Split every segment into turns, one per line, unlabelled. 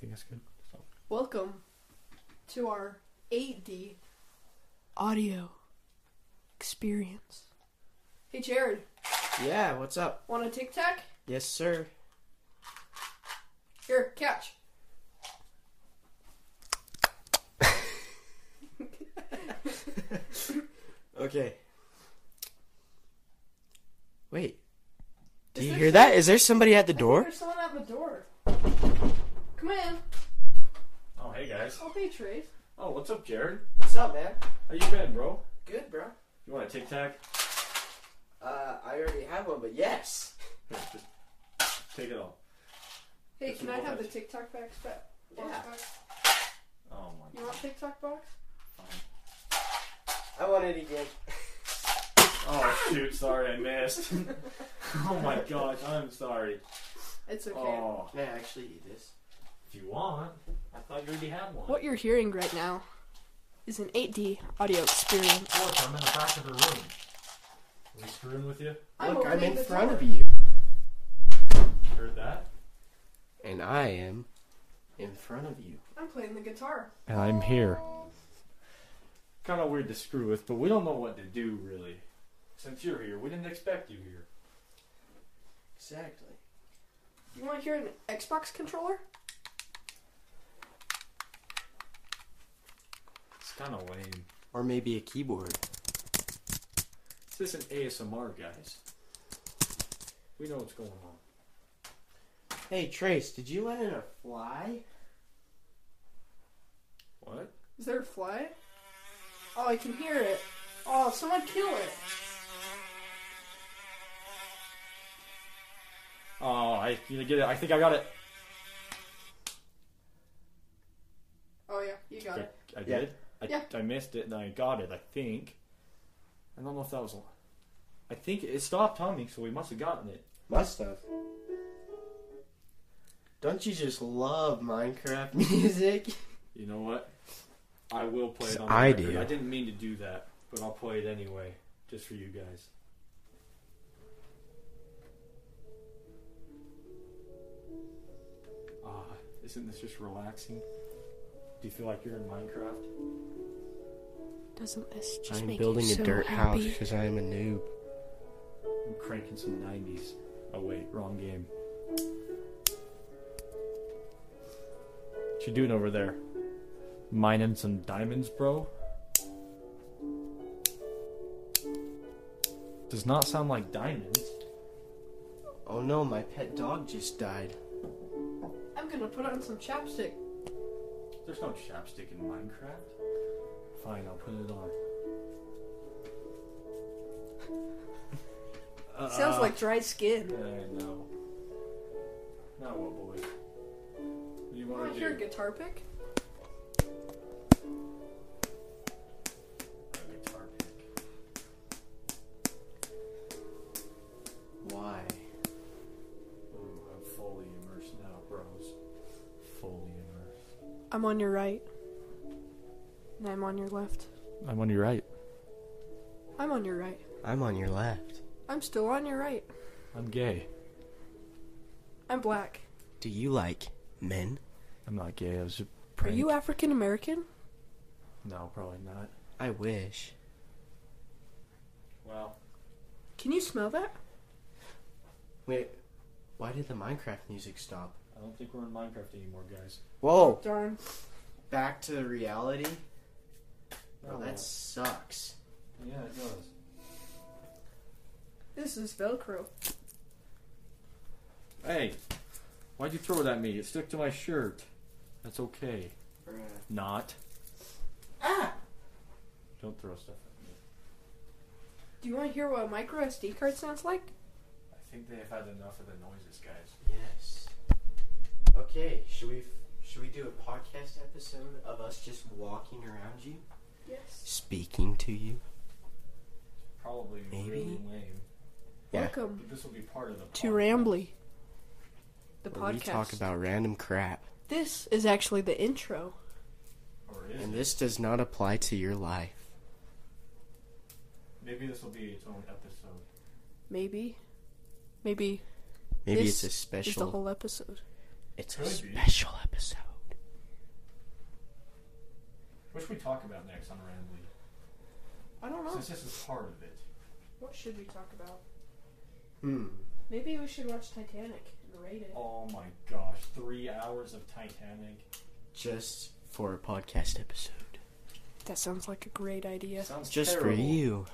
think that's good. So,
Welcome to our 8D audio experience. Hey, Jared,
Yeah, what's up?
want a tic tac?
Yes, sir.
Here, catch.
Okay. Wait. Do
Is
you
there
hear
some-
that? Is there somebody at the
I think
door?
There's someone at the door. Come in.
oh hey guys.
Oh, hey, Trace.
Oh, what's up, Jared?
What's up, man?
How you been, bro?
Good, bro.
You want a tic tac?
Uh, I already have one, but yes.
Here, just take it all.
Hey,
Yes,
can
we
I
will
have the
have-
tic tac box back? box
Yeah.
back?
Oh my
You want tic tac box?
I want it again.
Oh shoot, sorry I missed. oh my gosh, I'm sorry.
It's okay.
Oh,
Can I actually eat this?
if you want, I thought you already had one.
What you're hearing right now is an 8D audio experience.
Look, I'm in the back of the room. Are we screwing with you?
Look, I'm
opening
in
the
front
door.
of you.
Heard that?
And I am in front of you.
I'm playing the guitar.
And I'm here. Kind of weird to screw with, but we don't know what to do really. Since you're here, we didn't expect you here.
Exactly.
You want to hear an Xbox controller?
It's kind of lame.
Or maybe a keyboard.
This isn't ASMR, guys. We know what's going on.
Hey, Trace, did you let in a fly?
What?
Is there a fly? Oh, I can hear it. Oh, someone kill it.
Oh, I you get it. I think I got it.
Oh, yeah, you got
I,
it.
I
Yeah.
did. I,
Yeah.
I missed it, and I got it. I think. I don't know if that was. I think it stopped humming, so we must have gotten it.
Must have. Don't you just love Minecraft music?
You know what? I will play it on.
I
the record.
do.
I didn't mean to do that, but I'll play it anyway, just for you guys. Ah, isn't this just relaxing? Do you feel like you're in Minecraft?
Doesn't this
I'm building a dirt house because I am a noob.
I'm cranking some 90s. Oh, wait, wrong game. What you doing over there? Mining some diamonds, bro? Does not sound like diamonds.
Oh no, my pet dog just died.
I'm gonna put on some chapstick.
There's no chapstick in Minecraft. Fine, I'll put it on.
Sounds
Uh,
like dry skin.
I know. Now what, boy? What do you
Want
want
to
to
hear a
do?
guitar pick?
A guitar pick.
Why?
Ooh, I'm fully immersed now, bros. Fully immersed.
I'm on your right. And I'm on your left.
I'm on your right.
I'm on your right.
I'm on your left.
I'm still on your right.
I'm gay.
I'm black.
Do you like men?
I'm not gay. I was a
Are you African American?
No, probably not.
I wish.
Well,
Can you smell that?
Wait, why did the Minecraft music stop?
I don't think we're in Minecraft anymore, guys.
Whoa!
Darn.
Back to reality? Oh,
No.
that sucks.
yeah, it does.
This is Velcro.
Hey, why'd you throw it at me? It stuck to my shirt. That's okay. Not.
Ah!
Don't throw stuff at me.
Do you want to hear what a micro SD card sounds like?
I think they have had enough of the noises, guys.
Yes. Okay, should we should we do a podcast episode of us just walking around you,
Yes.
speaking to you?
Probably
Maybe.
really lame.
Yeah.
Welcome
But this will be part of the.
to
podcast.
Rambly, the
Where
podcast.
we talk about random crap,
this is actually the intro.
Or is
and
it?
this does not apply to your life.
Maybe this will be its own episode.
Maybe, maybe
Maybe
This
it's a
is the
special
whole episode.
It's
Could
a
be.
special episode.
What should we talk about next on Randomly?
I don't know.
Since this is part of it.
What should we talk about?
Hmm.
Maybe we should watch Titanic and rate it.
Oh my gosh, three hours of Titanic.
Just for a podcast episode.
That sounds like a great idea.
Sounds
Just for
terrible.
you.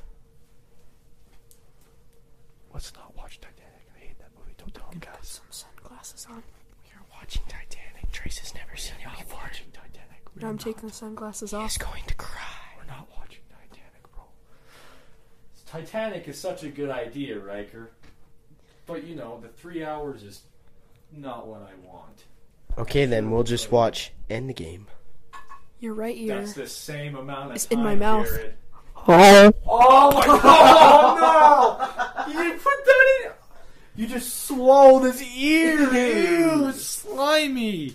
Let's not watch Titanic. I hate that movie. Don't tell him, guys.
Some sunglasses on.
We are watching Titanic. Trace has never seen it before. watching Titanic. We are
I'm
not.
taking the sunglasses
He's
off.
going to cry.
We're not watching Titanic, bro. Titanic is such a good idea, Riker. But you know, the three hours is not what I want.
Okay, then we'll just watch Endgame.
Your right ear.
That's the same amount of
It's
time.
in my mouth.
Jared.
Oh.
Oh my god! no! You didn't put that in. You just swallowed his ear. Ew, it's slimy. Ew.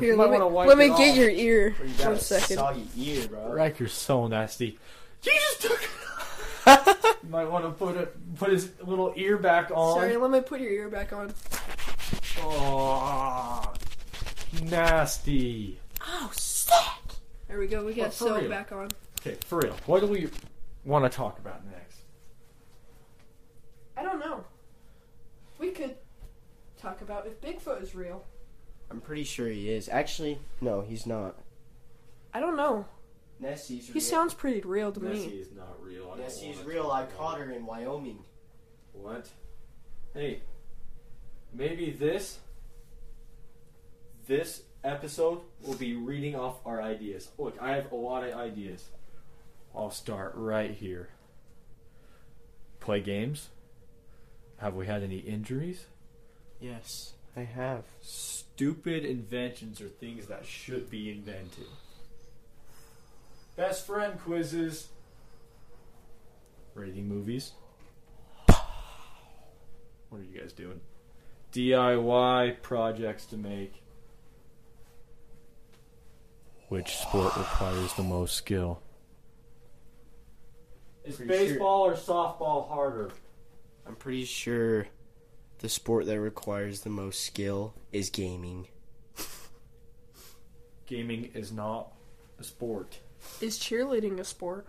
Here, let me, let me get your ear.
You got
One
a
second.
soggy ear, bro.
Riker's so nasty. You just took. you might want to put a, put his little ear back on.
Sorry, let me put your ear back on.
Oh, nasty.
Oh, sick! There we go. We
Well,
got
for
so
real.
back on.
Okay, for real. What do we want to talk about next?
I don't know. We could talk about if Bigfoot is real.
I'm pretty sure he is. Actually, no, he's not.
I don't know.
Nessie's
He sounds pretty real to me.
Nessie is not real. I don't
Nessie's
wanna
real.
talk
I
about
caught
it.
her in Wyoming.
What? Hey, maybe this this episode will be reading off our ideas. Look, I have a lot of ideas. I'll start right here. Play games. Have we had any injuries?
Yes, I have.
Stupid inventions or things that should be invented. Best friend quizzes. Rating movies. What are you guys doing? DIY projects to make. Which sport requires the most skill? Is
Pretty sure-
baseball or softball harder?
I'm pretty sure the sport that requires the most skill is gaming.
Gaming is not a sport.
Is cheerleading a sport?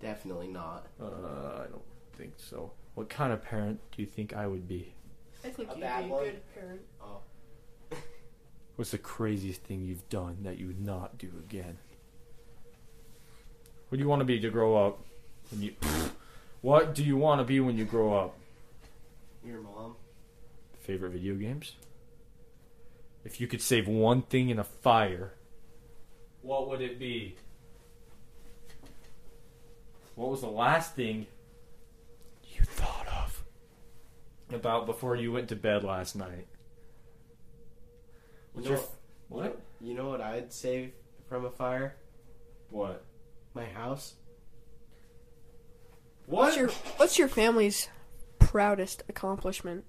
Definitely not.
Uh, I don't think so. What kind of parent do you think I would be?
I think
A
you'd be
bad
a
one.
good parent.
What's the craziest thing you've done that you would not do again? What do you want to be to grow up? When you, what do you want to be when you grow up?
Your mom?
Favorite video games? If you could save one thing in a fire, what would it be? What was the last thing you thought of about before you went to bed last night? What's
You
your
know-
f- what?
You know what I'd save from a fire?
What?
My house.
What's your What's your family's proudest accomplishment?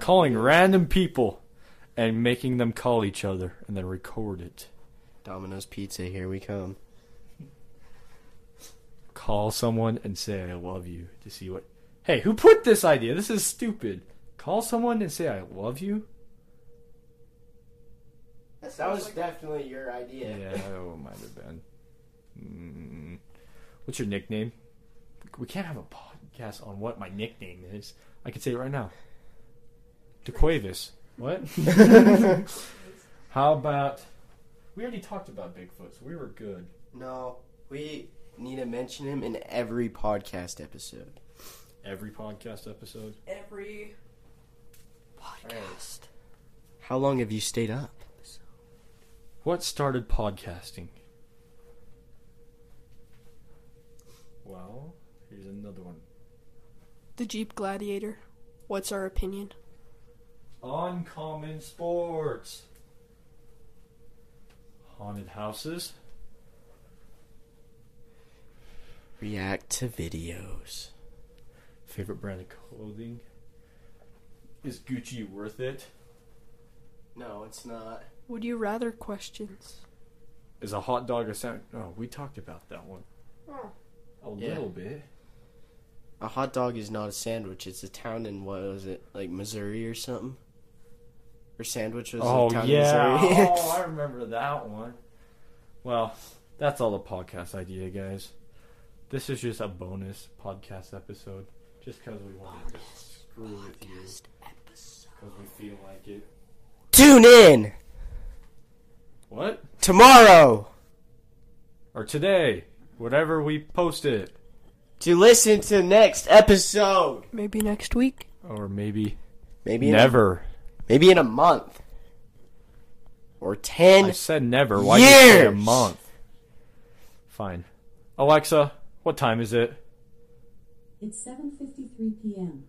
calling random people and making them call each other and then record it.
Domino's Pizza, here we come.
Call someone and say I love you to see what Hey, who put this idea? This is stupid. Call someone and say I love you?
That was definitely your idea.
oh, might have been. Mm. What's your nickname? We can't have a podcast on what my nickname is. I can say it right now. DeQuavis. What? How about We already talked about Bigfoot, so we were good.
No, we need to mention him in every podcast episode.
Every podcast episode.
every podcast.
How long have you stayed up?
What started podcasting? Well, here's another one.
The Jeep Gladiator. What's our opinion?
Uncommon sports. Haunted houses.
React to videos.
Favorite brand of clothing. Is Gucci worth it?
No, it's not.
Would you rather questions?
Is a hot dog a sandwich? Oh, we talked about that one.
Oh.
A
Yeah.
little bit.
A hot dog is not a sandwich. It's a town in what was it, like Missouri or something? or sandwich was.
Oh
in town in
yeah.
Missouri.
oh, I remember that one. Well, that's all the podcast idea, guys. This is just a bonus podcast episode, just because we wanted to screw with you, because we feel like it.
Tune in
What?
tomorrow
Or today, whatever we post it,
to listen to next episode.
Maybe next week.
or maybe
Maybe in a-
never.
maybe in a month or ten.
I said never. Why do you say a
Years.
month? Fine. Alexa, what time is it?
It's 7:53 p.m.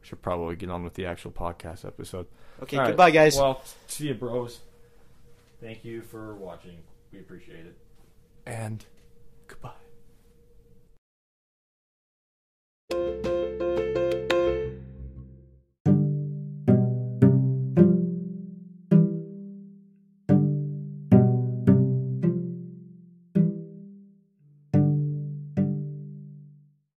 We should probably get on with the actual podcast episode.
okay,
All right.
goodbye, guys.
Well, see you, bros. Thank you for watching. We appreciate it. And